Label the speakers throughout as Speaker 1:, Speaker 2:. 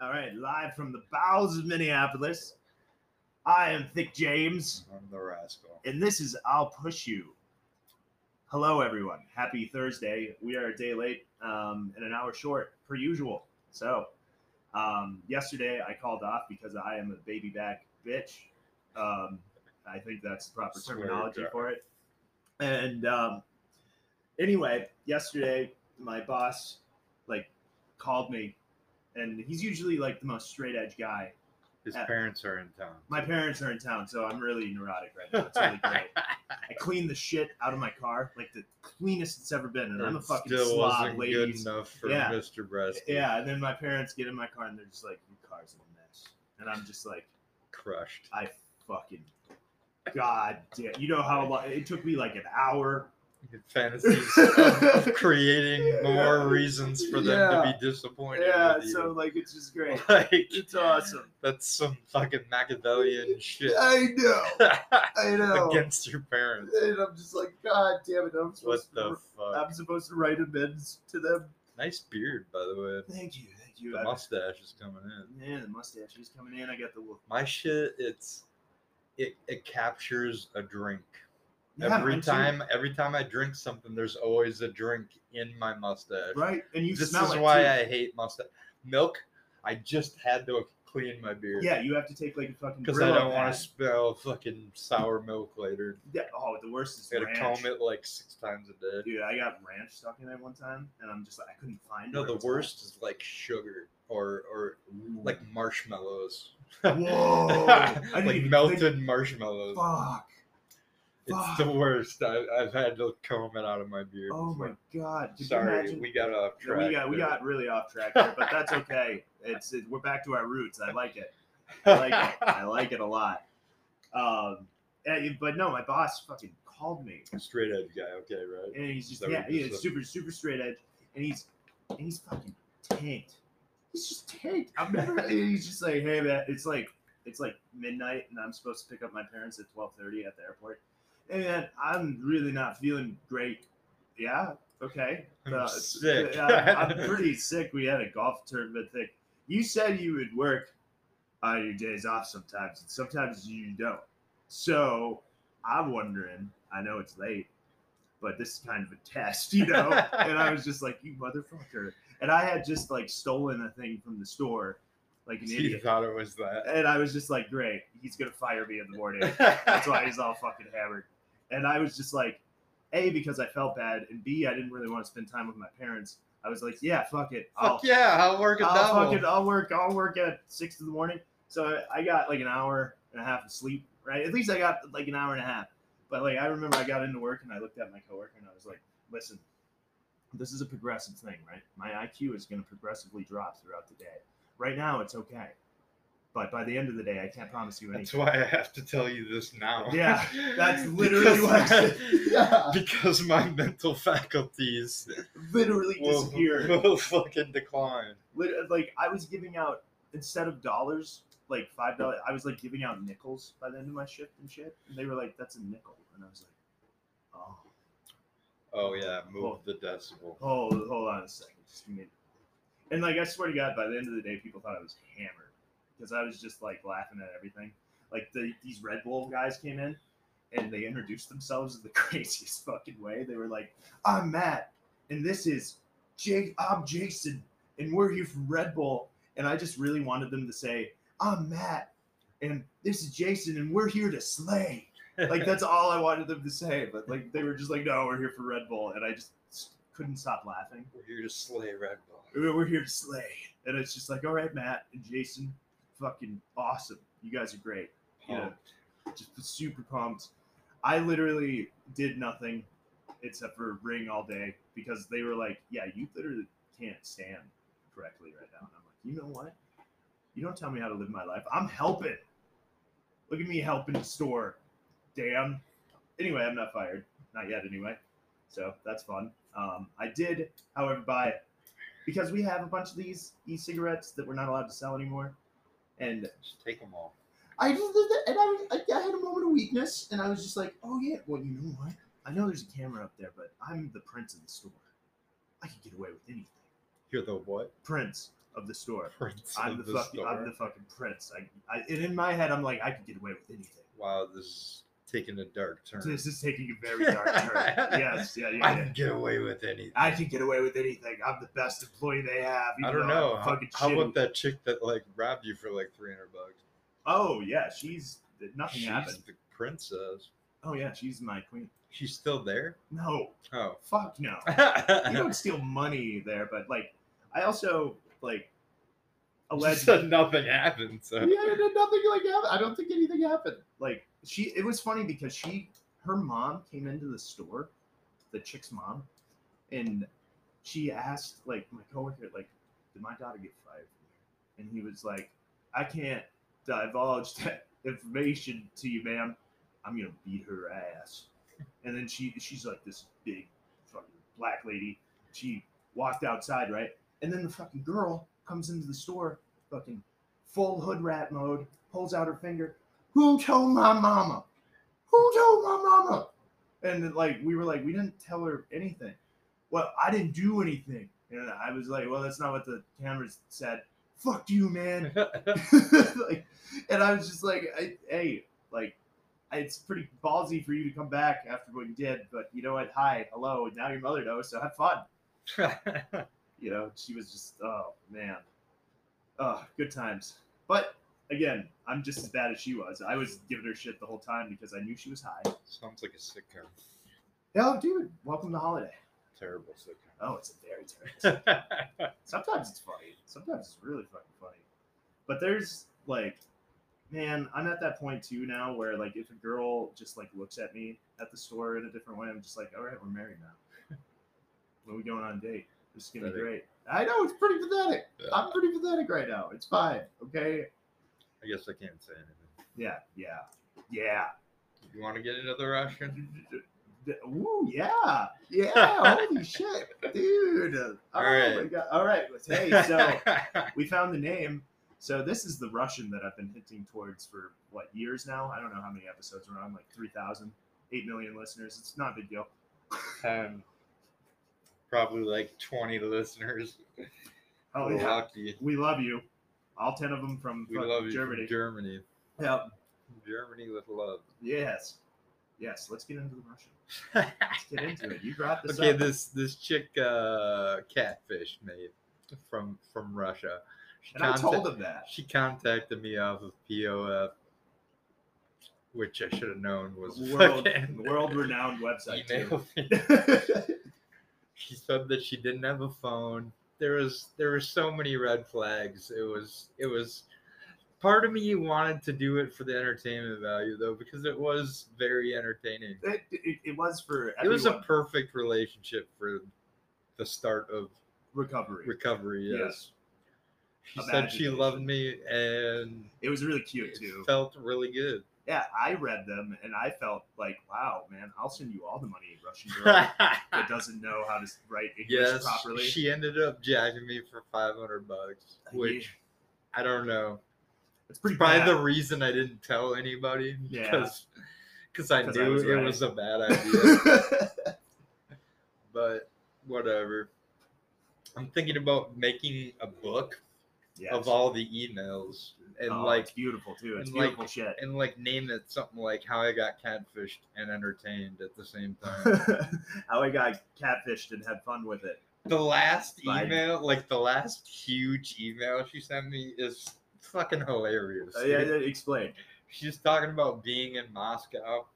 Speaker 1: All right, live from the bowels of Minneapolis. I am Thick James,
Speaker 2: I'm the rascal.
Speaker 1: and this is I'll Push You. Hello, everyone. Happy Thursday. We are a day late um, and an hour short, per usual. So, um, yesterday I called off because I am a baby back bitch. Um, I think that's the proper
Speaker 2: Swear to
Speaker 1: terminology
Speaker 2: God.
Speaker 1: for it. And um, anyway, yesterday my boss like called me, and he's usually like the most straight edge guy
Speaker 2: His
Speaker 1: Yeah.
Speaker 2: parents are in town.
Speaker 1: Uh, my parents are in town, so I'm really neurotic right now. It's really great. I clean the shit out of my car, like the cleanest it's ever been, and I'm a
Speaker 2: It
Speaker 1: fucking
Speaker 2: still
Speaker 1: slob,
Speaker 2: wasn't good
Speaker 1: ladies.
Speaker 2: enough for
Speaker 1: Yeah.
Speaker 2: Mr. Breast.
Speaker 1: Yeah, and then my parents get in my car and they're just like, "Your car's a mess," and I'm just like,
Speaker 2: crushed.
Speaker 1: "I fucking god damn." You know how long it took me? Like an hour.
Speaker 2: Fantasies of creating more reasons for them
Speaker 1: Yeah.
Speaker 2: to be disappointed.
Speaker 1: Yeah,
Speaker 2: with you.
Speaker 1: so like it's just great.
Speaker 2: like
Speaker 1: It's awesome.
Speaker 2: that's some fucking Machiavellian shit
Speaker 1: I know. I know.
Speaker 2: against your parents.
Speaker 1: And I'm just like, God damn it! I'm
Speaker 2: What
Speaker 1: supposed
Speaker 2: the
Speaker 1: to,
Speaker 2: fuck?
Speaker 1: I'm supposed to write amends to them.
Speaker 2: Nice beard, by the way.
Speaker 1: Thank you, thank you.
Speaker 2: The
Speaker 1: I-
Speaker 2: mustache is coming in.
Speaker 1: Man, the mustache is coming in. I got the wolf.
Speaker 2: My shit, it's it it captures a drink.
Speaker 1: Yeah,
Speaker 2: every
Speaker 1: mine too.
Speaker 2: time, every time I drink something, there's always a drink in my mustache.
Speaker 1: right? And you
Speaker 2: This
Speaker 1: smell
Speaker 2: is
Speaker 1: it
Speaker 2: why
Speaker 1: too.
Speaker 2: I hate mustache milk. I just had to clean my beard.
Speaker 1: Yeah, you have to take like a fucking.
Speaker 2: Because I
Speaker 1: Brillo
Speaker 2: don't want
Speaker 1: pad.
Speaker 2: to smell fucking sour milk later.
Speaker 1: Yeah. Oh, the worst is
Speaker 2: Gotta
Speaker 1: ranch.
Speaker 2: comb it like six times a day.
Speaker 1: Dude, I got ranch stuck in it one time, and I'm just like, I couldn't find.
Speaker 2: No,
Speaker 1: where
Speaker 2: the
Speaker 1: it's
Speaker 2: worst is like sugar or or
Speaker 1: at.
Speaker 2: like marshmallows.
Speaker 1: Whoa! I didn't even
Speaker 2: like
Speaker 1: think-
Speaker 2: melted marshmallows.
Speaker 1: Fuck!
Speaker 2: It's the worst. I, I've had to comb it out of my beard.
Speaker 1: Oh
Speaker 2: It's
Speaker 1: my
Speaker 2: like,
Speaker 1: god! Did you
Speaker 2: Sorry,
Speaker 1: imagine?
Speaker 2: we got off
Speaker 1: Yeah,
Speaker 2: track.
Speaker 1: we got we got really off track here, but that's okay. It's it, we're back to our roots. I like it. I like it. I like it a lot. Um, and- but no, my boss fucking called me,
Speaker 2: Straight edge guy. Okay, right.
Speaker 1: and he's just
Speaker 2: That
Speaker 1: yeah,
Speaker 2: would be
Speaker 1: yeah,
Speaker 2: some-
Speaker 1: super super straight edge, and he's and he's fucking tanked. He's just tanked. I'm never. and he's just like, hey man, it's like it's like midnight, and I'm supposed to pick up my parents at 12:30 at the airport, and I'm really not feeling great. Yeah, okay.
Speaker 2: I'm
Speaker 1: Uh,
Speaker 2: sick.
Speaker 1: I'm, I'm pretty sick. We had a golf tournament thing. You said you would work on your days off sometimes, and sometimes you don't. So I'm wondering. I know it's late, but this is kind of a test, you know. and I was just like, "You motherfucker!" And I had just like stolen a thing from the store, like an
Speaker 2: he
Speaker 1: idiot.
Speaker 2: thought it was that.
Speaker 1: And I was just like, "Great, he's gonna fire me in the morning." That's why he's all fucking hammered. And I was just like, A, because I felt bad, and B, I didn't really want to spend time with my parents. I was like, yeah, fuck it. I'll,
Speaker 2: Fuck yeah! I'll work a
Speaker 1: I'll
Speaker 2: double.
Speaker 1: fucking, I'll work, I'll work at six in the morning. So I got like an hour and a half of sleep, right? At least I got like an hour and a half. But like, I remember I got into work and I looked at my coworker and I was like, listen, this is a progressive thing, right? My IQ is going to progressively drop throughout the day. Right now, it's okay. But by the end of the day, I can't promise you anything.
Speaker 2: That's why I have to tell you this now.
Speaker 1: Yeah, that's literally what I said. Yeah.
Speaker 2: Because my mental faculties
Speaker 1: literally
Speaker 2: will,
Speaker 1: disappeared.
Speaker 2: will fucking decline.
Speaker 1: Lit- like I was giving out instead of dollars, like five dollars. I was like giving out nickels by the end of my shift and shit. And they were like, "That's a nickel," and I was like, "Oh,
Speaker 2: Oh yeah, move
Speaker 1: Well-
Speaker 2: the decibel.
Speaker 1: hold hold on a second, just a minute." And like I swear to God, by the end of the day, people thought I was hammered because I was just like laughing at everything. Like the, these Red Bull guys came in and they introduced themselves in the craziest fucking way. They were like, "I'm Matt, and this is Jake. I'm Jason, and we're here from Red Bull." And I just really wanted them to say, "I'm Matt, and this is Jason, and we're here to slay." Like that's all I wanted them to say, but like they were just like, "No, we're here for Red Bull," and I just s- couldn't stop laughing.
Speaker 2: We're here to slay Red Bull.
Speaker 1: We're we're here to slay, and it's just like, "All right, Matt and Jason, fucking awesome. You guys are great." Yeah.
Speaker 2: Oh,
Speaker 1: just super pumped. I literally did nothing except for ring all day because they were like, "Yeah, you literally can't stand correctly right now." And I'm like, "You know what? You don't tell me how to live my life. I'm helping. Look at me helping the store. Damn. Anyway, I'm not fired, not yet. Anyway, so that's fun. Um, I did, however, buy because we have a bunch of these e-cigarettes that we're not allowed to sell anymore, and
Speaker 2: Just take them all.
Speaker 1: I just did that, and I, was, I, I had a moment of weakness, and I was just like, "Oh yeah, well you know what? I know there's a camera up there, but I'm the prince of the store. I can get away with anything."
Speaker 2: You're the what?
Speaker 1: Prince of of the store.
Speaker 2: Prince
Speaker 1: I'm the,
Speaker 2: of
Speaker 1: fucking I'm
Speaker 2: store.
Speaker 1: the fucking prince. I, I and in my head I'm like I could get away with anything.
Speaker 2: Wow, this is taking a dark turn.
Speaker 1: This is taking a very dark turn. Yes, yeah, yeah.
Speaker 2: I
Speaker 1: yeah.
Speaker 2: can get away with anything.
Speaker 1: I can get away with anything. I'm the best employee they have.
Speaker 2: I
Speaker 1: even
Speaker 2: don't
Speaker 1: though
Speaker 2: know.
Speaker 1: I'm
Speaker 2: How,
Speaker 1: fucking
Speaker 2: how
Speaker 1: shitty.
Speaker 2: about that chick that like robbed you for like three hundred bucks?
Speaker 1: Oh yeah, she's nothing
Speaker 2: She's
Speaker 1: happened.
Speaker 2: the princess.
Speaker 1: Oh yeah, she's my queen.
Speaker 2: She's still there.
Speaker 1: No,
Speaker 2: Oh,
Speaker 1: fuck no. You don't steal money there, but like, I also like
Speaker 2: Just
Speaker 1: alleged.
Speaker 2: said nothing happened. So.
Speaker 1: yeah, no- nothing like happened. I don't think anything happened. Like she, it was funny because she, her mom came into the store, the chick's mom, and she asked like my coworker like, did my daughter get fired? From here? And he was like, I can't divulge that information to you, ma'am. I'm gonna beat her ass. And then she she's like this big fucking black lady. She walked outside, right? And then the fucking girl comes into the store, fucking full hood rat mode, pulls out her finger. Who told my mama? Who told my mama? And then, like we were like, we didn't tell her anything. Well, I didn't do anything. And I was like, well, that's not what the cameras said. Fuck you, man. like, and I was just like, I, hey, like, it's pretty ballsy for you to come back after what you did, but you know what? Hi, hello. Now your mother knows, so have fun. You know, she was just, oh man, oh, good times. But again, I'm just as bad as she was. I was giving her shit the whole time because I knew she was high.
Speaker 2: Sounds like a sitcom.
Speaker 1: Oh, dude, welcome to holiday.
Speaker 2: Terrible sitcom.
Speaker 1: Oh, it's a very terrible. Sometimes it's funny. Sometimes it's really fucking funny. But there's like, man, I'm at that point too now where like if a girl just like looks at me at the store in a different way, I'm just like, all right, we're married now. when we going on a date, this is gonna be
Speaker 2: Pathetic.
Speaker 1: great. I know it's pretty pathetic. I'm pretty pathetic right now. It's fine. Okay.
Speaker 2: I guess I can't say anything.
Speaker 1: Yeah. Yeah. Yeah.
Speaker 2: You want to get into the Russian?
Speaker 1: Ooh, yeah, yeah, holy shit, dude! Oh
Speaker 2: All
Speaker 1: my
Speaker 2: right.
Speaker 1: god! All right, hey, so we found the name. So this is the Russian that I've been hinting towards for what years now? I don't know how many episodes we're on, like 3,000, 8 million listeners. It's not a big deal.
Speaker 2: um, probably like twenty listeners.
Speaker 1: Oh
Speaker 2: We're
Speaker 1: yeah,
Speaker 2: lucky.
Speaker 1: we love you. All 10 of them from
Speaker 2: We
Speaker 1: fucking
Speaker 2: love you,
Speaker 1: Germany.
Speaker 2: Germany. Germany.
Speaker 1: Yep.
Speaker 2: Germany with love.
Speaker 1: Yes. Yes. Let's get into the Russian. Let's get into it. You brought this
Speaker 2: okay,
Speaker 1: up.
Speaker 2: this this chick uh, catfish me from from Russia. She
Speaker 1: and I
Speaker 2: contact-
Speaker 1: told him that.
Speaker 2: she contacted me off of POF, which I should have known was a
Speaker 1: World,
Speaker 2: fucking
Speaker 1: world renowned website.
Speaker 2: email.
Speaker 1: too.
Speaker 2: she said that she didn't have a phone. There was there were so many red flags. It was it was part of me wanted to do it for the entertainment value though because it was very entertaining.
Speaker 1: it, it, it was for
Speaker 2: It was
Speaker 1: everyone.
Speaker 2: a perfect relationship for the start of
Speaker 1: recovery.
Speaker 2: recovery.
Speaker 1: Yeah.
Speaker 2: Yes. She said she
Speaker 1: Imagination.
Speaker 2: loved me and
Speaker 1: it was really cute
Speaker 2: it
Speaker 1: too.
Speaker 2: felt really good.
Speaker 1: yeah, I read them and I felt like, wow, man, I'll send you all the money, Russian girl that doesn't know how to write English
Speaker 2: yes,
Speaker 1: properly.
Speaker 2: she ended up jacking me for 500 bucks,
Speaker 1: Yeah.
Speaker 2: which I don't know.
Speaker 1: it's pretty
Speaker 2: Probably
Speaker 1: bad.
Speaker 2: the reason I didn't tell anybody
Speaker 1: Yeah.
Speaker 2: because because I
Speaker 1: 'Cause I
Speaker 2: knew
Speaker 1: was
Speaker 2: it
Speaker 1: right.
Speaker 2: was a bad idea, but whatever. I'm thinking about making a book
Speaker 1: Yes.
Speaker 2: of all the emails and
Speaker 1: Oh,
Speaker 2: like
Speaker 1: it's beautiful too. It's
Speaker 2: and, like,
Speaker 1: beautiful shit.
Speaker 2: and like name it something like how I got catfished and entertained at the same time.
Speaker 1: how I got catfished and had fun with it.
Speaker 2: the last
Speaker 1: Like-
Speaker 2: email, like the last huge email she sent me is fucking hilarious.
Speaker 1: Uh, yeah,
Speaker 2: dude.
Speaker 1: yeah, explain.
Speaker 2: She's talking about being in Moscow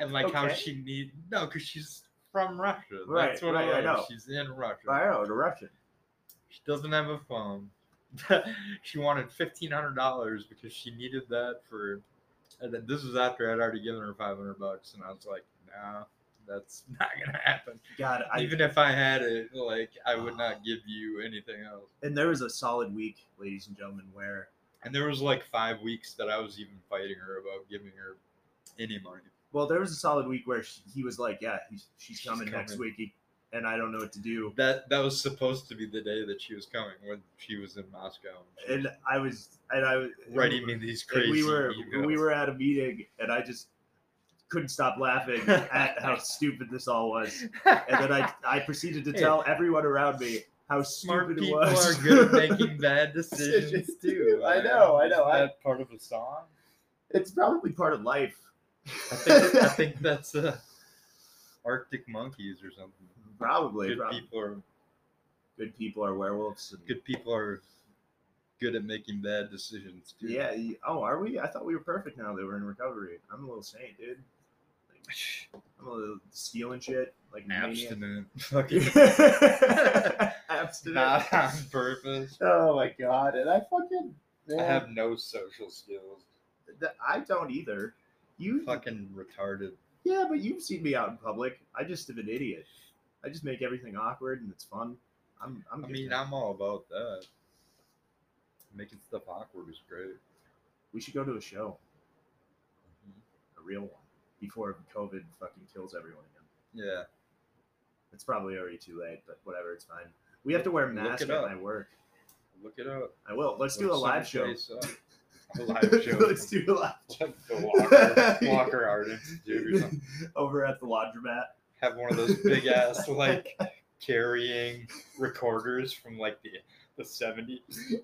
Speaker 2: and like how
Speaker 1: Okay.
Speaker 2: she need no, because she's from Russia.
Speaker 1: Right,
Speaker 2: That's what
Speaker 1: right, I
Speaker 2: I know.
Speaker 1: know.
Speaker 2: She's in Russia.
Speaker 1: I know, the Russian.
Speaker 2: She doesn't have a phone. she wanted fifteen hundred dollars because she needed that for. And then this was after I'd already given her five hundred bucks, and I was like, "No, that's not gonna happen.
Speaker 1: God, I, Ah.
Speaker 2: Even if I had it, like I would not give you anything else."
Speaker 1: and there was a solid week, ladies and gentlemen, where
Speaker 2: And there was like five weeks that I was even fighting her about giving her any money.
Speaker 1: well, there was a solid week where she, he was like, yeah, he's, she's,
Speaker 2: She's
Speaker 1: coming, next
Speaker 2: coming.
Speaker 1: week, he- and I don't know what to do.
Speaker 2: That that was supposed to be the day that she was coming when she was in Moscow. She
Speaker 1: And I was, and I was
Speaker 2: was writing me these
Speaker 1: and
Speaker 2: crazy
Speaker 1: we were
Speaker 2: emails.
Speaker 1: we were at a meeting and I just couldn't stop laughing at how stupid this all was. And then I I proceeded to
Speaker 2: Hey.
Speaker 1: tell everyone around me how
Speaker 2: Smart
Speaker 1: stupid it
Speaker 2: people
Speaker 1: was.
Speaker 2: are good at making bad decisions
Speaker 1: Decisions,
Speaker 2: too.
Speaker 1: I know, I
Speaker 2: Isn't
Speaker 1: know, I-
Speaker 2: that part of a song.
Speaker 1: it's probably part of life.
Speaker 2: I think, I think that's uh, Arctic Monkeys or something.
Speaker 1: probably,
Speaker 2: Good
Speaker 1: prob-
Speaker 2: people are
Speaker 1: good people are werewolves. and-
Speaker 2: good people are good at making bad decisions too.
Speaker 1: Yeah. you- Oh, are we? I thought we were perfect now that we're in recovery. I'm a little saint, dude. Like, I'm a little stealing shit. Like a maniac.
Speaker 2: abstinent, fucking
Speaker 1: Abstinent.
Speaker 2: not on purpose.
Speaker 1: Oh my god! And I fucking.
Speaker 2: I
Speaker 1: man,
Speaker 2: have no social skills.
Speaker 1: th- I don't either. You.
Speaker 2: Fucking retarded.
Speaker 1: Yeah, but you've seen me out in public. I just am an idiot. I just make everything awkward and it's fun. I'm. I'm
Speaker 2: I
Speaker 1: good
Speaker 2: mean,
Speaker 1: now.
Speaker 2: I'm all about that. Making stuff awkward is great. Mm-hmm.
Speaker 1: we should go to a show, a real one, before COVID fucking kills everyone again.
Speaker 2: Yeah.
Speaker 1: It's probably already too late, but whatever, it's fine. We have to wear
Speaker 2: Look
Speaker 1: masks
Speaker 2: it
Speaker 1: at
Speaker 2: up.
Speaker 1: my work.
Speaker 2: Look it up.
Speaker 1: I will. Let's do a
Speaker 2: Look
Speaker 1: live show.
Speaker 2: someplace up. uh, A live show.
Speaker 1: Let's do a live
Speaker 2: Like the Walker, Walker artist, dude, or something.
Speaker 1: over at the laundromat.
Speaker 2: Have one of those big ass, like, carrying recorders from, like, the, the 70s.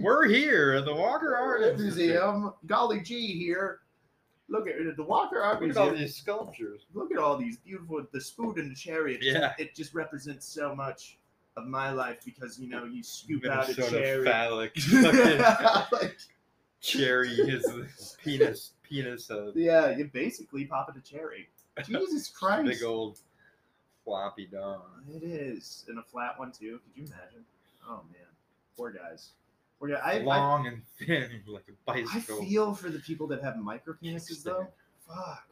Speaker 2: We're here at the Walker Art Museum.
Speaker 1: Museum. Golly gee, here. Look at the Walker Art
Speaker 2: Look at all
Speaker 1: Museum.
Speaker 2: these sculptures.
Speaker 1: Look at all these beautiful. The spoon and the cherry. It,
Speaker 2: Yeah.
Speaker 1: it just represents so much of my life because you know you scoop out a
Speaker 2: Minnesota
Speaker 1: cherry.
Speaker 2: phallic. fucking
Speaker 1: Like,
Speaker 2: cherry is his penis, penis uh, of
Speaker 1: yeah, you basically pop it a cherry. Jesus Christ.
Speaker 2: big old floppy dong.
Speaker 1: It is, and a flat one too. Could you imagine? Oh man, poor guys. Poor guy. I, I,
Speaker 2: Long and thin, like a
Speaker 1: I
Speaker 2: bicycle.
Speaker 1: feel for the people that have micro penises though. Fuck.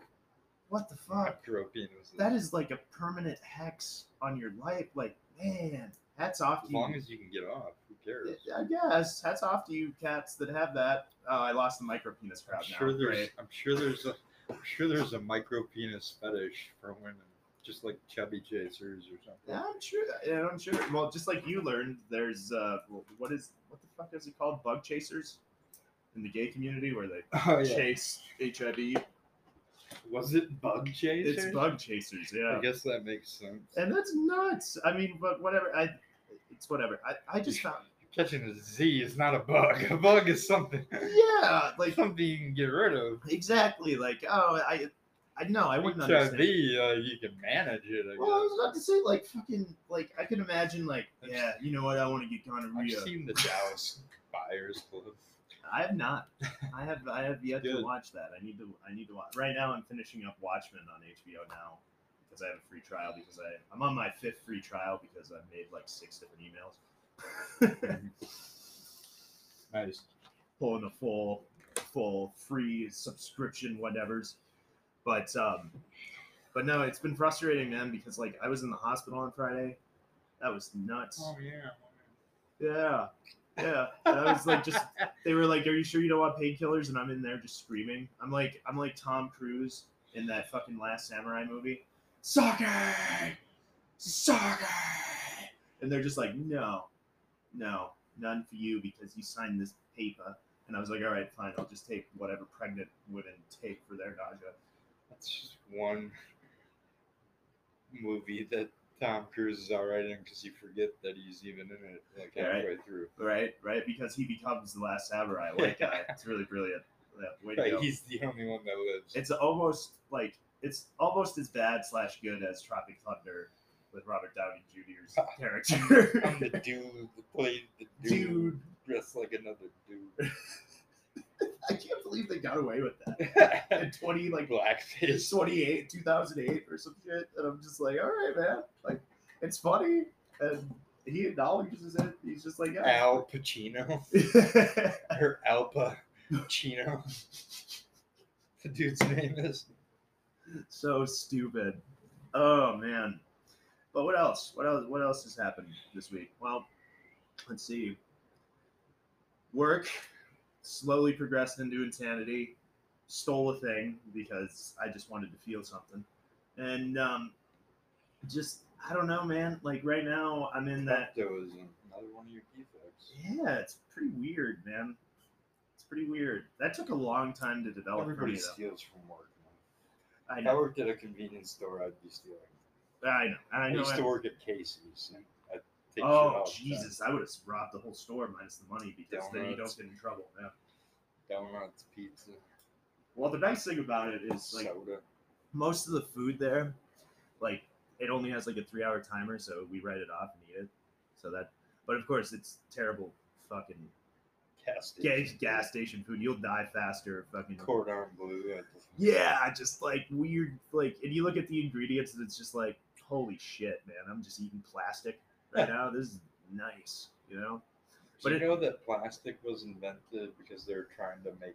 Speaker 1: What the fuck?
Speaker 2: Micro penises.
Speaker 1: That is like a permanent hex on your life. Like, man, hats off
Speaker 2: as
Speaker 1: to you.
Speaker 2: long as you can get off. Who cares?
Speaker 1: I guess hats off to you cats that have that. Oh, I lost the micro penis crowd
Speaker 2: I'm sure
Speaker 1: now.
Speaker 2: there's.
Speaker 1: Great.
Speaker 2: I'm sure there's. A, I'm sure there's a micro penis fetish for women, just like chubby chasers or something.
Speaker 1: Yeah, I'm sure. Yeah, I'm sure. Well, just like you learned, there's uh, what is what the fuck is it called? Bug chasers in the gay community where they
Speaker 2: Oh
Speaker 1: chase HIV
Speaker 2: Was it bug chasers?
Speaker 1: It's bug chasers, yeah.
Speaker 2: I guess that makes sense.
Speaker 1: And that's nuts. I mean, but whatever. I, it's whatever. I, I just thought,
Speaker 2: Catching a Z is not a bug. A bug is something.
Speaker 1: yeah, like
Speaker 2: something you can get rid of.
Speaker 1: exactly, like oh, I, I no, I wouldn't
Speaker 2: HIV, uh,
Speaker 1: understand.
Speaker 2: you can manage it. I
Speaker 1: Well, I
Speaker 2: guess.
Speaker 1: was about to say, like fucking, like I can imagine, like
Speaker 2: I've-
Speaker 1: yeah, you know what? I want to get
Speaker 2: I've
Speaker 1: gonorrhea.
Speaker 2: seen the Dallas Buyers Club.
Speaker 1: I have not. I have, I have yet to
Speaker 2: Good.
Speaker 1: watch that. I need to, I need to watch. Right now, I'm finishing up Watchmen on HBO now because I have a free trial because I, I'm on my fifth free trial because I've made like six different emails.
Speaker 2: Nice.
Speaker 1: pulling a full full free subscription whatever's but um but no it's been frustrating man because like i was in the hospital on friday that was nuts
Speaker 2: Oh, yeah.
Speaker 1: yeah yeah that was like just they were like are you sure you don't want painkillers and i'm in there just screaming i'm like i'm like tom cruise in that fucking last samurai movie soccer soccer and they're just like no no none for you because you signed this paper and i was like all right fine i'll just take whatever pregnant women take for their nausea
Speaker 2: That's just one movie that Tom Cruise is all right in because you forget that he's even in it like
Speaker 1: Yeah, right.
Speaker 2: halfway through.
Speaker 1: right right because he becomes the last samurai white guy it's really brilliant yeah, way to
Speaker 2: Like,
Speaker 1: go.
Speaker 2: he's the only one that lives.
Speaker 1: It's almost like it's almost as bad slash good as Tropic Thunder with Robert Downey Jr.'s
Speaker 2: I'm the
Speaker 1: character.
Speaker 2: dude that played the dude,
Speaker 1: Dude,
Speaker 2: dressed like another dude.
Speaker 1: I can't believe they got away with that in twenty like
Speaker 2: Blackface.
Speaker 1: twenty eight, two thousand eight or some shit, and I'm just like, all right, man, like it's funny, and he acknowledges it. He's just like, yeah.
Speaker 2: Al Pacino. or Alpa Chino. the dude's name is.
Speaker 1: so stupid. Oh man. But what else? What else? What else has happened this week? Well, let's see. Work slowly progressed into insanity. Stole a thing because I just wanted to feel something, and um, just I don't know, man. Like right now, I'm in that.
Speaker 2: Kleptoism. Another one of your defects.
Speaker 1: Yeah, it's pretty weird, man. It's pretty weird. That took a long time to develop for
Speaker 2: Everybody
Speaker 1: me, though.
Speaker 2: steals from work. man.
Speaker 1: I
Speaker 2: If I
Speaker 1: know.
Speaker 2: worked at a convenience store, I'd be stealing.
Speaker 1: I know. and I
Speaker 2: I
Speaker 1: know.
Speaker 2: used to work at Casey's. And I take shit
Speaker 1: Oh
Speaker 2: all the time.
Speaker 1: Jesus! I would have robbed the whole store minus the money because then you
Speaker 2: Donuts.
Speaker 1: don't get in trouble. Yeah.
Speaker 2: Donuts, pizza,
Speaker 1: Well, the nice thing about it is like
Speaker 2: soda.
Speaker 1: most of the food there, like it only has like a three hour timer, so we write it off and eat it. So that, but of course, it's terrible fucking
Speaker 2: Gas
Speaker 1: gas,
Speaker 2: station.
Speaker 1: gas station food. You'll die faster. Fucking
Speaker 2: Cordon bleu. At the
Speaker 1: yeah, just like weird. Like, and you look at the ingredients, and it's just like, holy shit, man! I'm just eating plastic right now. This is nice, you know.
Speaker 2: But
Speaker 1: But
Speaker 2: you
Speaker 1: it-
Speaker 2: know that plastic was invented because they were trying to make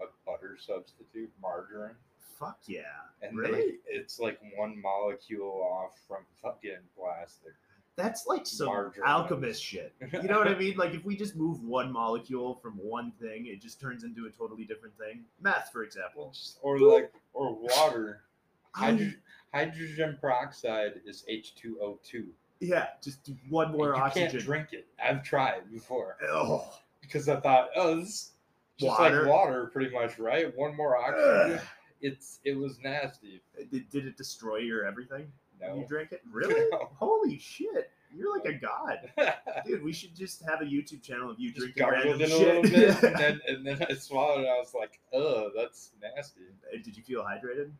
Speaker 2: a butter substitute, margarine,
Speaker 1: Fuck yeah!
Speaker 2: and
Speaker 1: Really?
Speaker 2: they, it's like one molecule off from fucking plastic.
Speaker 1: That's like some
Speaker 2: Margarine.
Speaker 1: alchemist shit. You know what I mean? Like if we just move one molecule from one thing, it just turns into a totally different thing. Meth, for
Speaker 2: Well,
Speaker 1: example.
Speaker 2: just- or like or water.
Speaker 1: I-
Speaker 2: Hydro- hydrogen peroxide is H two O two.
Speaker 1: yeah, just one more
Speaker 2: you
Speaker 1: oxygen.
Speaker 2: can't drink it. I've tried before
Speaker 1: Ugh.
Speaker 2: because I thought, oh, this is just
Speaker 1: Water.
Speaker 2: like water, pretty much, right? One more oxygen. It's it was nasty.
Speaker 1: Did, did it destroy your everything? when You
Speaker 2: No.
Speaker 1: drank it? Really?
Speaker 2: No.
Speaker 1: Holy shit! You're like a god. Dude, we should just have a YouTube channel of you
Speaker 2: just
Speaker 1: drinking
Speaker 2: gargled
Speaker 1: random
Speaker 2: it a little
Speaker 1: shit.
Speaker 2: bit, and then and then I swallowed. it. I was like, "Oh, that's nasty."
Speaker 1: Did you feel hydrated?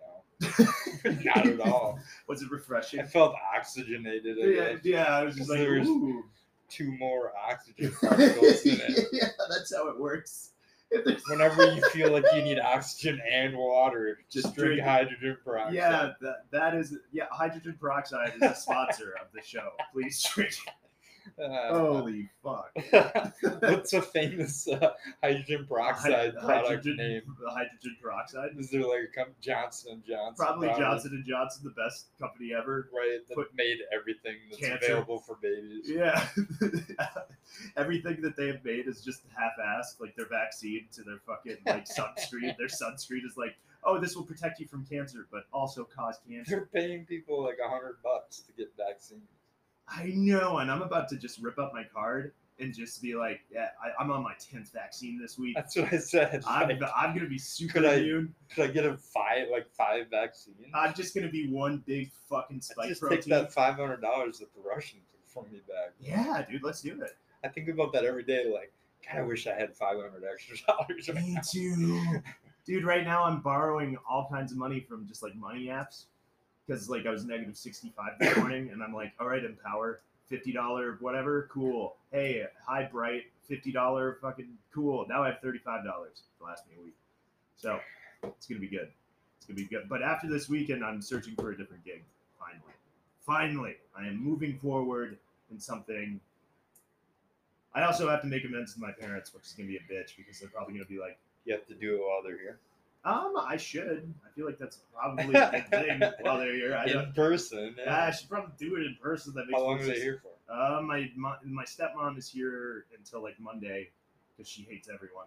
Speaker 2: No, not at all.
Speaker 1: Was it
Speaker 2: I
Speaker 1: refreshing?
Speaker 2: felt oxygenated. I
Speaker 1: Yeah,
Speaker 2: guess.
Speaker 1: yeah, I was just like,
Speaker 2: There's-
Speaker 1: ooh.
Speaker 2: Two more oxygen particles in it.
Speaker 1: yeah, that's how it works. If there's-
Speaker 2: Whenever you feel like you need oxygen and water, just,
Speaker 1: Just
Speaker 2: drink,
Speaker 1: drink it.
Speaker 2: hydrogen peroxide.
Speaker 1: yeah, that, that is yeah. Hydrogen peroxide is a sponsor of the show. Please drink. Oh,
Speaker 2: Uh,
Speaker 1: Holy fuck!
Speaker 2: What's a famous uh, hydrogen peroxide
Speaker 1: Hy-
Speaker 2: product
Speaker 1: hydrogen,
Speaker 2: name?
Speaker 1: The hydrogen peroxide.
Speaker 2: Is there like a comp- Johnson and Johnson?
Speaker 1: Probably
Speaker 2: product,
Speaker 1: Johnson and Johnson, the best company ever.
Speaker 2: Right, that
Speaker 1: Put-
Speaker 2: made everything that's
Speaker 1: Cancer.
Speaker 2: available for babies.
Speaker 1: Yeah, everything that they have made is just half-assed. Like their vaccine to their fucking like sunscreen. their sunscreen is like, oh, this will protect you from cancer, but also cause cancer.
Speaker 2: They're paying people like a hundred bucks to get vaccines.
Speaker 1: I know, and I'm about to just rip up my card and just be like, yeah, I, I'm on my tenth vaccine this week.
Speaker 2: That's what I said.
Speaker 1: I'm,
Speaker 2: like,
Speaker 1: I'm gonna be super
Speaker 2: Could I-
Speaker 1: immune.
Speaker 2: could I get a five, like five vaccines?
Speaker 1: I'm just gonna be one big fucking
Speaker 2: I'd
Speaker 1: spike
Speaker 2: just
Speaker 1: protein.
Speaker 2: take that five hundred dollars that the Russians took from me back.
Speaker 1: Yeah, dude, let's do it.
Speaker 2: I think about that every day. Like, God, I wish I had five hundred extra dollars. right now.
Speaker 1: too. Dude, right now I'm borrowing all kinds of money from just like money apps because like I was negative 65 this morning and I'm like, all right, Empower, $50, whatever, cool. Hey, High Bright, $50, fucking cool. Now I have $35 to last me a week. So it's going to be good. It's going to be good. But after this weekend, I'm searching for a different gig. Finally. Finally, I am moving forward in something I also have to make amends to my parents, which is gonna be a bitch because they're probably gonna be like,
Speaker 2: You have to do it while they're here,
Speaker 1: um, I should. I feel like that's probably a good thing while they're here. I,
Speaker 2: in
Speaker 1: don't,
Speaker 2: person.
Speaker 1: Yeah, I
Speaker 2: Yeah.
Speaker 1: should probably do it in person. That makes
Speaker 2: How long
Speaker 1: more
Speaker 2: are they
Speaker 1: sense.
Speaker 2: here for?
Speaker 1: Uh, my, my my stepmom is here until like Monday because she hates everyone,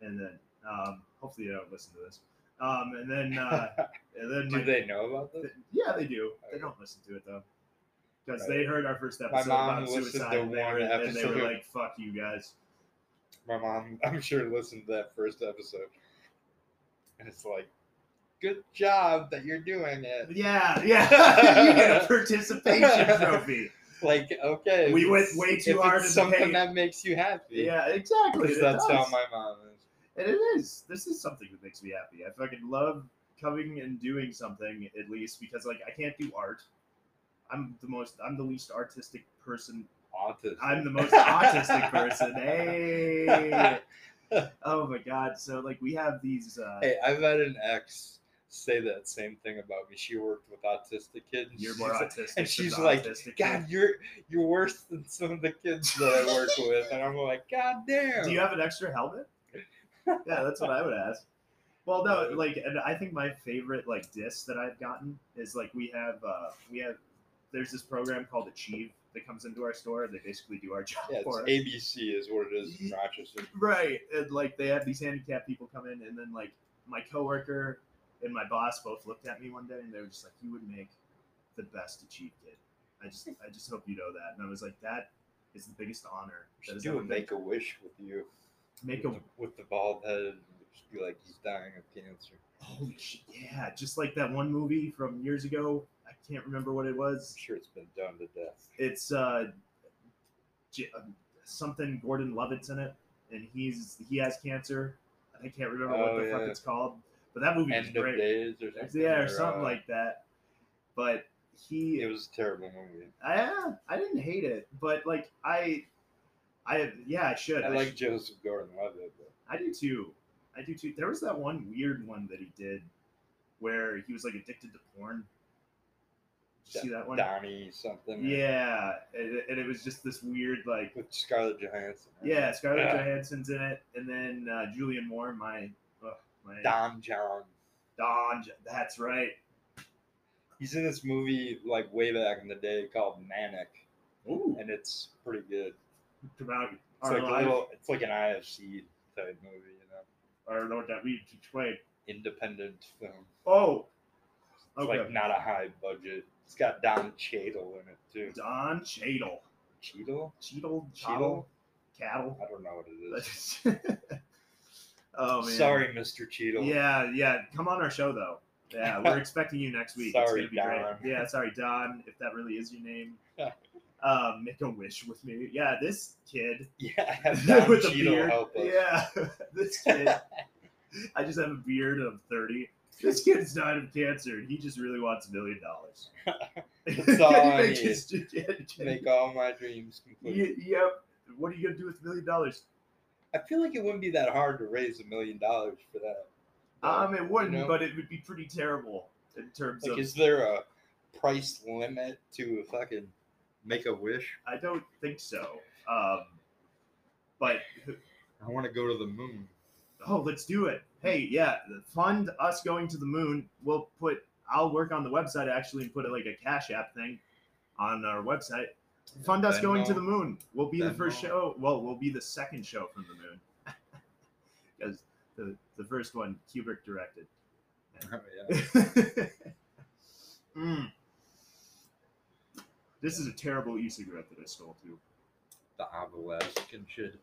Speaker 1: and then um, hopefully they don't listen to this. Um, and then uh, and then
Speaker 2: Do
Speaker 1: my,
Speaker 2: they know about this?
Speaker 1: yeah, they do. They
Speaker 2: Okay.
Speaker 1: don't listen to it though. Because
Speaker 2: Right.
Speaker 1: they heard our first
Speaker 2: My
Speaker 1: episode
Speaker 2: mom
Speaker 1: about
Speaker 2: listened to
Speaker 1: suicide, and they,
Speaker 2: one
Speaker 1: were, and they
Speaker 2: episode.
Speaker 1: were like, "Fuck you guys."
Speaker 2: My mom, I'm sure, listened to that first episode, and it's like, good job that you're doing it.
Speaker 1: Yeah, yeah. you get a participation trophy.
Speaker 2: like okay
Speaker 1: We
Speaker 2: if
Speaker 1: went
Speaker 2: it's-
Speaker 1: way too
Speaker 2: if
Speaker 1: hard in
Speaker 2: it's
Speaker 1: the
Speaker 2: something
Speaker 1: paint.
Speaker 2: that makes you happy
Speaker 1: Yeah, exactly.
Speaker 2: because
Speaker 1: It
Speaker 2: that's
Speaker 1: does.
Speaker 2: how my mom is
Speaker 1: and it is. This is something that makes me happy. I fucking love coming and doing something at least because like I can't do art. I'm the most. I'm the least artistic person.
Speaker 2: autism
Speaker 1: I'm the most autistic person. Hey. Oh my god. So like we have these. Uh,
Speaker 2: hey i've had an ex say that same thing about me she worked with autistic kids and
Speaker 1: You're
Speaker 2: she's
Speaker 1: more
Speaker 2: like,
Speaker 1: autistic.
Speaker 2: and
Speaker 1: than
Speaker 2: she's
Speaker 1: the
Speaker 2: like,
Speaker 1: autistic
Speaker 2: god you're you're worse than some of the kids that i work with and i'm like god damn
Speaker 1: Do you have an extra helmet? yeah, that's what I would ask. Well, no, like, and I think my favorite like disc that I've gotten is like we have uh we have there's this program called Achieve that comes into our store and they basically do our job
Speaker 2: yeah,
Speaker 1: for us.
Speaker 2: it's abc is what it is in rochester
Speaker 1: Right, and like they have these handicapped people come in, and then like my coworker and my boss both looked at me one day and they were just like, "You would make the best Achieve kid." I just I just hope you know that, and I was like, "That is the biggest honor." That
Speaker 2: We should
Speaker 1: is
Speaker 2: do a make a wish with you
Speaker 1: make
Speaker 2: with,
Speaker 1: a
Speaker 2: the, with the bald head just be like he's dying of cancer
Speaker 1: Holy shit! Yeah, just like that one movie from years ago. I can't remember what it
Speaker 2: i'm
Speaker 1: was.
Speaker 2: sure it's been done to death
Speaker 1: It's uh, J- um, something Gordon Levitt's in it, and he's he has cancer. I can't remember
Speaker 3: Oh,
Speaker 1: what the
Speaker 3: yeah.
Speaker 1: fuck it's called, but that movie was
Speaker 3: End of
Speaker 1: great.
Speaker 3: Days or something.
Speaker 1: Yeah, or something
Speaker 3: uh,
Speaker 1: like that. But he
Speaker 3: It was a terrible movie.
Speaker 1: I I didn't hate it, but like I, I yeah I should.
Speaker 3: I
Speaker 1: I,
Speaker 3: like
Speaker 1: sh-
Speaker 3: Joseph Gordon-Levitt. But
Speaker 1: I do too. I do too. There was that one weird one that he did, where he was like addicted to porn. Did you see that one?
Speaker 3: Donnie something.
Speaker 1: Yeah, and, and it was just this weird like
Speaker 3: With Scarlett Johansson. right?
Speaker 1: yeah Scarlett
Speaker 3: Yeah.
Speaker 1: Johansson's in it, and then uh, Julian Moore, my ugh, my
Speaker 3: Don John.
Speaker 1: Don. J- That's right.
Speaker 3: He's in this movie like way back in the day called Manic,
Speaker 1: Ooh,
Speaker 3: and it's pretty good.
Speaker 1: come out.
Speaker 3: It's
Speaker 1: Our
Speaker 3: like a
Speaker 1: life.
Speaker 3: little. It's like an IFC type movie, you know,
Speaker 1: I don't know what that means. Wait.
Speaker 3: independent film.
Speaker 1: Oh,
Speaker 3: It's
Speaker 1: okay.
Speaker 3: like not a high budget. It's got Don Cheadle in it too.
Speaker 1: Don Cheadle.
Speaker 3: Cheadle?
Speaker 1: Cheadle.
Speaker 3: Cheadle?
Speaker 1: Cattle.
Speaker 3: I don't know what it is.
Speaker 1: oh man.
Speaker 3: Sorry, Mr. Cheadle.
Speaker 1: Yeah, yeah. Come on our show though. Yeah, we're expecting you next week.
Speaker 3: Sorry,
Speaker 1: it's gonna be
Speaker 3: Don.
Speaker 1: great. Yeah, sorry, Don, if that really is your name. um, make a wish with me. Yeah, this kid
Speaker 3: Yeah, have Don
Speaker 1: with a
Speaker 3: Cheadle
Speaker 1: beard.
Speaker 3: help us.
Speaker 1: Yeah, this kid. I just have a beard of thirty. This kid's died of cancer, and he just really wants a million dollars.
Speaker 3: That's
Speaker 1: Can
Speaker 3: all
Speaker 1: you
Speaker 3: I
Speaker 1: make
Speaker 3: need.
Speaker 1: his- can-
Speaker 3: To
Speaker 1: can-
Speaker 3: make all my dreams complete.
Speaker 1: y- Yep. What are you gonna do with a million dollars?
Speaker 3: I feel like it wouldn't be that hard to raise a million dollars for that.
Speaker 1: Um, it wouldn't,
Speaker 3: know?
Speaker 1: but it would be pretty terrible in terms
Speaker 3: Like,
Speaker 1: of.
Speaker 3: is there a price limit to a fucking
Speaker 2: Make a wish.
Speaker 1: I don't think so. Um, but
Speaker 2: I want to go to the moon.
Speaker 1: oh, let's do it. Hey, yeah, fund us going to the moon. We'll put. I'll work on the website actually and put like a cash app thing on our website. Fund us going to
Speaker 2: Venmo.
Speaker 1: the moon. We'll be the first
Speaker 2: Venmo.
Speaker 1: show. Well, we'll be the second show from the moon because the the first one Kubrick directed.
Speaker 2: Oh, yeah.
Speaker 1: Mm. This is a terrible e-cigarette that I stole too.
Speaker 2: The obelisk and shit.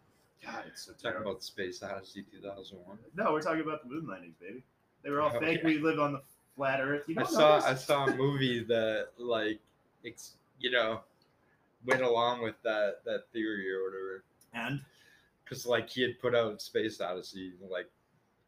Speaker 1: God, it's so
Speaker 2: Talking
Speaker 1: terrible.
Speaker 2: about Space Odyssey 2001.
Speaker 1: No, we're talking about the moon landings, baby. They were all
Speaker 2: Oh,
Speaker 1: fake.
Speaker 2: yeah.
Speaker 1: We live on the flat Earth. You
Speaker 2: I
Speaker 1: don't know
Speaker 2: saw
Speaker 1: this?
Speaker 2: I saw a movie that like it's you know went along with that that theory or whatever
Speaker 1: And
Speaker 2: because like he had put out Space Odyssey like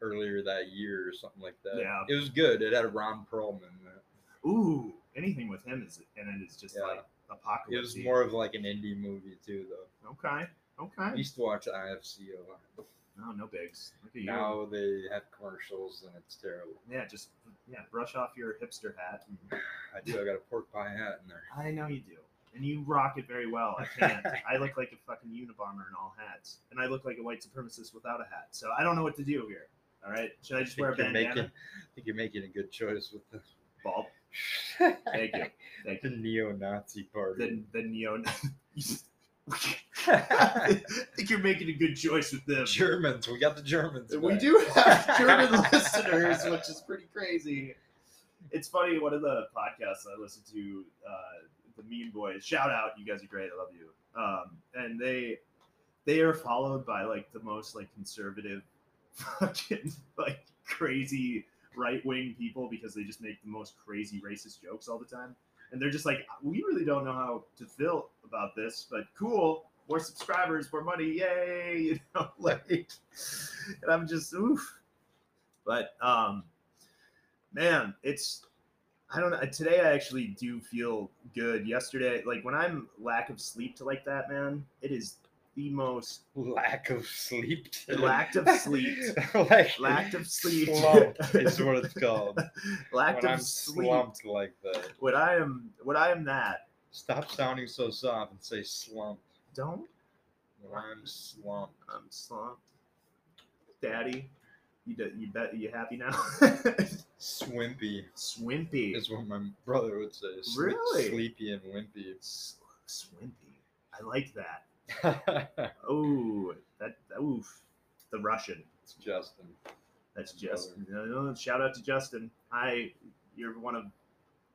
Speaker 2: earlier that year or something like that.
Speaker 1: Yeah.
Speaker 2: it was good. It had Ron Perlman. in it.
Speaker 1: ooh, anything with him is and it is just
Speaker 2: Yeah.
Speaker 1: like apocalypse.
Speaker 2: It was more of like an indie movie too, though.
Speaker 1: okay.
Speaker 2: I
Speaker 1: Okay.
Speaker 2: used to watch IFC a lot.
Speaker 1: No, no bigs. Look at you.
Speaker 2: Now they have commercials and it's terrible.
Speaker 1: Yeah, just yeah, brush off your hipster hat. and-
Speaker 2: I do. I got a pork pie hat in there.
Speaker 1: I know you do. And you rock it very well. I can't. I look like a fucking Unabomber in all hats. And I look like a white supremacist without a hat. So I don't know what to do here. All right. Should I
Speaker 2: I
Speaker 1: just wear a
Speaker 2: think, you're
Speaker 1: bandana?
Speaker 2: making, I think you're making a good choice with the
Speaker 1: Bald. Thank you. Thank
Speaker 2: the
Speaker 1: you.
Speaker 2: neo-Nazi party.
Speaker 1: The, the neo. I think you're making a good choice with them.
Speaker 2: Germans. We got the Germans.
Speaker 1: We
Speaker 2: back.
Speaker 1: do have German listeners, which is pretty crazy. It's funny. One of the podcasts I listen to, uh, the Mean Boys. Shout out, you guys are great. I love you. Um, and they they are followed by like the most like conservative, fucking like crazy right wing people because they just make the most crazy racist jokes all the time. And they're just like, we really don't know how to feel about this, but cool. More subscribers, more money, yay! You know, like, and I'm just oof. But um, man, it's I don't know. uh, Today I actually do feel good. Yesterday, like when I'm lack of sleep to like that, man, it is the most
Speaker 2: Lack of sleep.
Speaker 1: Lack of sleep.
Speaker 2: like,
Speaker 1: Lack of sleep.
Speaker 2: Slump is what it's called.
Speaker 1: lack
Speaker 2: when
Speaker 1: of
Speaker 2: I'm
Speaker 1: sleep.
Speaker 2: slumped like that.
Speaker 1: When I am when I am that,
Speaker 2: Stop sounding so soft and say slump.
Speaker 1: don't
Speaker 2: When I'm slumped.
Speaker 1: I'm slumped, daddy. You do, you bet you happy now?
Speaker 2: Swimpy
Speaker 1: Swimpy.
Speaker 2: is what my brother would say. Sle-
Speaker 1: Really?
Speaker 2: Sleepy and wimpy.
Speaker 1: S- Swimpy. I like that. Oh, that oof, the Russian.
Speaker 2: it's Justin.
Speaker 1: That's
Speaker 2: Another.
Speaker 1: Justin. Uh, Shout out to Justin. Hi, you're one of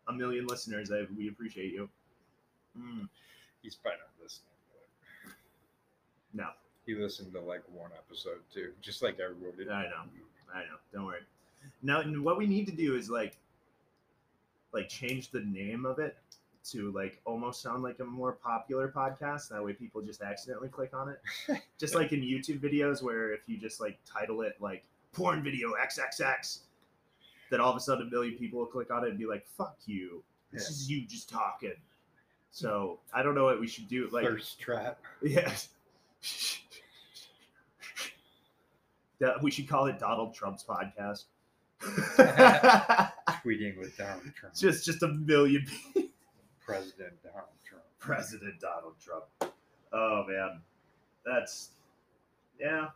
Speaker 1: a million listeners. I, we appreciate you. Mm,
Speaker 2: He's probably not listening. but
Speaker 1: no,
Speaker 2: He listened to like one episode too, just like everyone did.
Speaker 1: I know. I know. Don't worry. Now, and what we need to do is like, like change the name of it to like almost sound like a more popular podcast. That way people just accidentally click on it. just like in YouTube videos where if you just like title it like porn video XXX, that all of a sudden a million people will click on it and be like, fuck you. This
Speaker 2: Yeah.
Speaker 1: is you just talking. So I don't know what we should do. Like,
Speaker 2: Thirst trap.
Speaker 1: yes. That we should call it Donald Trump's podcast.
Speaker 2: Tweeting with Donald Trump.
Speaker 1: just just a million people.
Speaker 2: President Donald Trump.
Speaker 1: President Donald Trump. Oh man, that's yeah.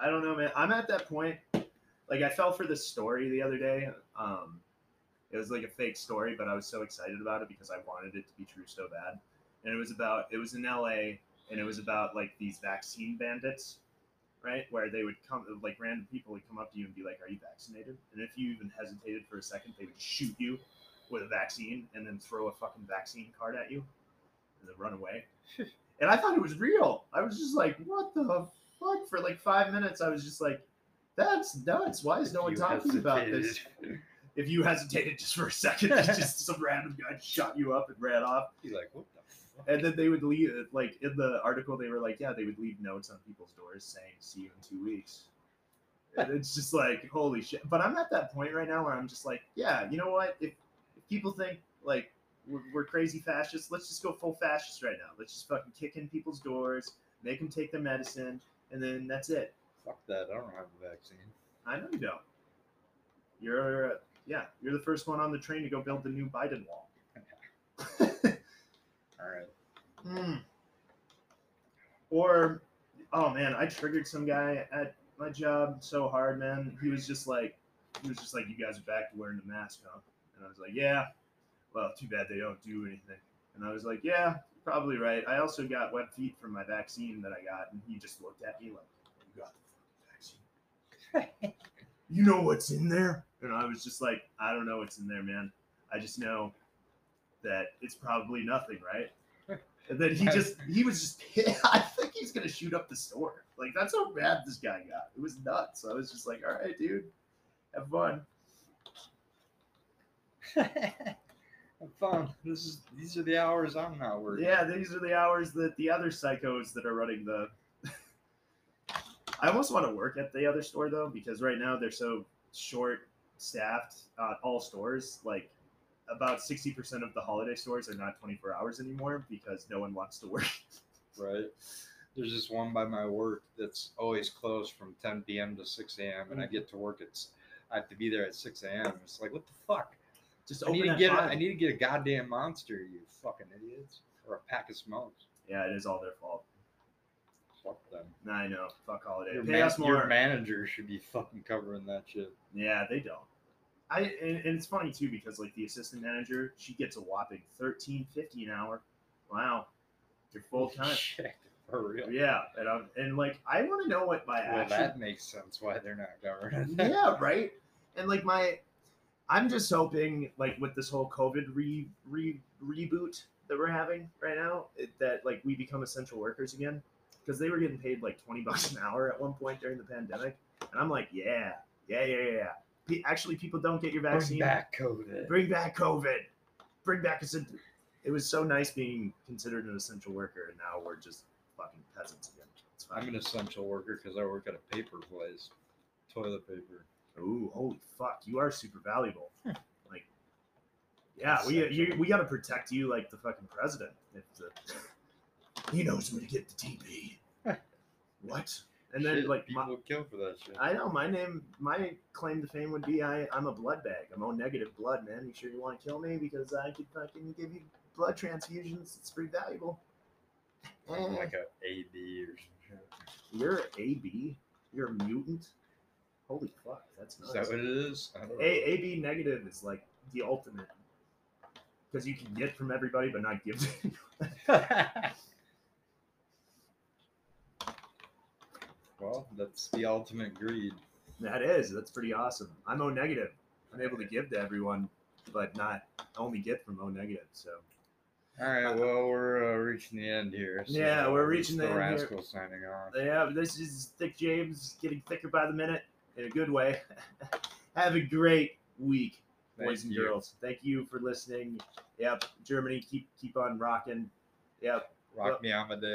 Speaker 1: I don't know, man. I'm at that point. Like I fell for this story the other day. Um, it was like a fake story, but I was so excited about it because I wanted it to be true so bad. And it was about it was in L.A. and it was about like these vaccine bandits, right? Where they would come like random people would come up to you and be like, "Are you vaccinated?" And if you even hesitated for a second, they would shoot you with a vaccine and then throw a fucking vaccine card at you and then run away. and I thought it was real. I was just like, what the fuck? For like five minutes, I was just like, that's nuts. Why is no one
Speaker 2: You
Speaker 1: talking about this?
Speaker 2: hesitated.
Speaker 1: If you hesitated just for a second, it's just some random guy shot you up and ran off.
Speaker 2: Be like, what the fuck?
Speaker 1: And then they would leave, like in the article, they were like, yeah, they would leave notes on people's doors saying, see you in two weeks. And it's just like, holy shit. But I'm at that point right now where I'm just like, yeah, you know what? If, if people think like we're, we're crazy fascists, let's just go full fascist right now. Let's just fucking kick in people's doors, make them take their medicine, and then that's it.
Speaker 2: Fuck that. I don't have a vaccine.
Speaker 1: I know you don't. You're, uh, yeah, you're the first one on the train to go build the new Biden wall.
Speaker 2: All right.
Speaker 1: Mm. Or, oh man, I triggered some guy at my job so hard, man. He was just like, he was just like, you guys are back to wearing the mask, huh? And I was like, yeah. Well, too bad they don't do anything. And I was like, yeah, probably right. I also got wet feet from my vaccine that I got, and he just looked at me like, you got the fucking vaccine. you know what's in there? And I was just like, I don't know what's in there, man. I just know that it's probably nothing, right? And then he just he was just I think he's gonna shoot up the store. Like that's how bad this guy got. It was nuts. I was just like, all right, dude, have fun.
Speaker 2: Have fun. This is these are the hours I'm not working.
Speaker 1: Yeah, these are the hours that the other psychos that are running the I almost want to work at the other store though, because right now they're so short staffed uh, all stores, like about sixty percent of the holiday stores are not twenty four hours anymore because no one wants to work.
Speaker 2: Right. There's this one by my work that's always closed from 10 p.m. to 6 a.m.
Speaker 1: Mm-hmm.
Speaker 2: and I get to work at s- I have to be there at 6 a.m. It's like what the fuck?
Speaker 1: Just
Speaker 2: I
Speaker 1: open
Speaker 2: need to
Speaker 1: at
Speaker 2: get a,
Speaker 1: five.
Speaker 2: I need to get a goddamn monster, you fucking idiots, or a pack of smokes.
Speaker 1: Yeah, it is all their fault.
Speaker 2: Fuck them.
Speaker 1: I know. Fuck holiday.
Speaker 2: Your,
Speaker 1: Pay
Speaker 2: man-
Speaker 1: us more.
Speaker 2: your manager should be fucking covering that shit.
Speaker 1: Yeah, they don't. I and, and it's funny too because like the assistant manager, she gets a whopping thirteen fifty an hour. Wow, you're full time.
Speaker 2: Shit, for real.
Speaker 1: Yeah, and I'm, and like I want to know what my
Speaker 2: Well,
Speaker 1: actual
Speaker 2: that makes sense why they're not covering it.
Speaker 1: yeah, right. And like my, I'm just hoping like with this whole COVID re re reboot that we're having right now it- that like we become essential workers again because they were getting paid like twenty bucks an hour at one point during the pandemic, and I'm like, yeah, yeah, yeah, yeah. Pe- actually, people don't get your vaccine.
Speaker 2: Bring back COVID.
Speaker 1: Bring back COVID. Bring back. essen- It was so nice being considered an essential worker, and now we're just fucking peasants again. It's fine.
Speaker 2: I'm an essential worker because I work at a paper place, toilet paper.
Speaker 1: Ooh, holy fuck! You are super valuable. Like, yeah, we
Speaker 2: Essential.
Speaker 1: you, we got to protect you like the fucking president. If the, he knows where to get the TB. what? And then
Speaker 2: Shit,
Speaker 1: like
Speaker 2: people
Speaker 1: my,
Speaker 2: kill for that shit.
Speaker 1: I know my name, my claim to fame would be I I'm a blood bag. I'm O negative blood, man. You sure you want to kill me because I could fucking give you blood transfusions. It's pretty valuable.
Speaker 2: I'm
Speaker 1: Eh,
Speaker 2: like a AB or some shit.
Speaker 1: you're AB. You're a mutant. Holy fuck, that's
Speaker 2: Is
Speaker 1: nuts.
Speaker 2: that what it is? I don't know.
Speaker 1: A AB negative is like the ultimate because you can get from everybody but not give. to-
Speaker 2: well, that's the ultimate greed.
Speaker 1: that is that's pretty awesome. I'm O negative. I'm able to give to everyone, but not only get from O negative. So
Speaker 2: All right, well, we're uh, reaching the end here. so
Speaker 1: Yeah, we're
Speaker 2: this is
Speaker 1: reaching the
Speaker 2: the,
Speaker 1: end here.
Speaker 2: rascal signing off.
Speaker 1: yeah, this is Thick James getting thicker by the minute in a good way. Have a great week. boys
Speaker 2: Thank
Speaker 1: and
Speaker 2: you.
Speaker 1: girls. Thank you for listening. Yep, Germany, keep keep on rocking. Yep.
Speaker 2: Rock me out my day.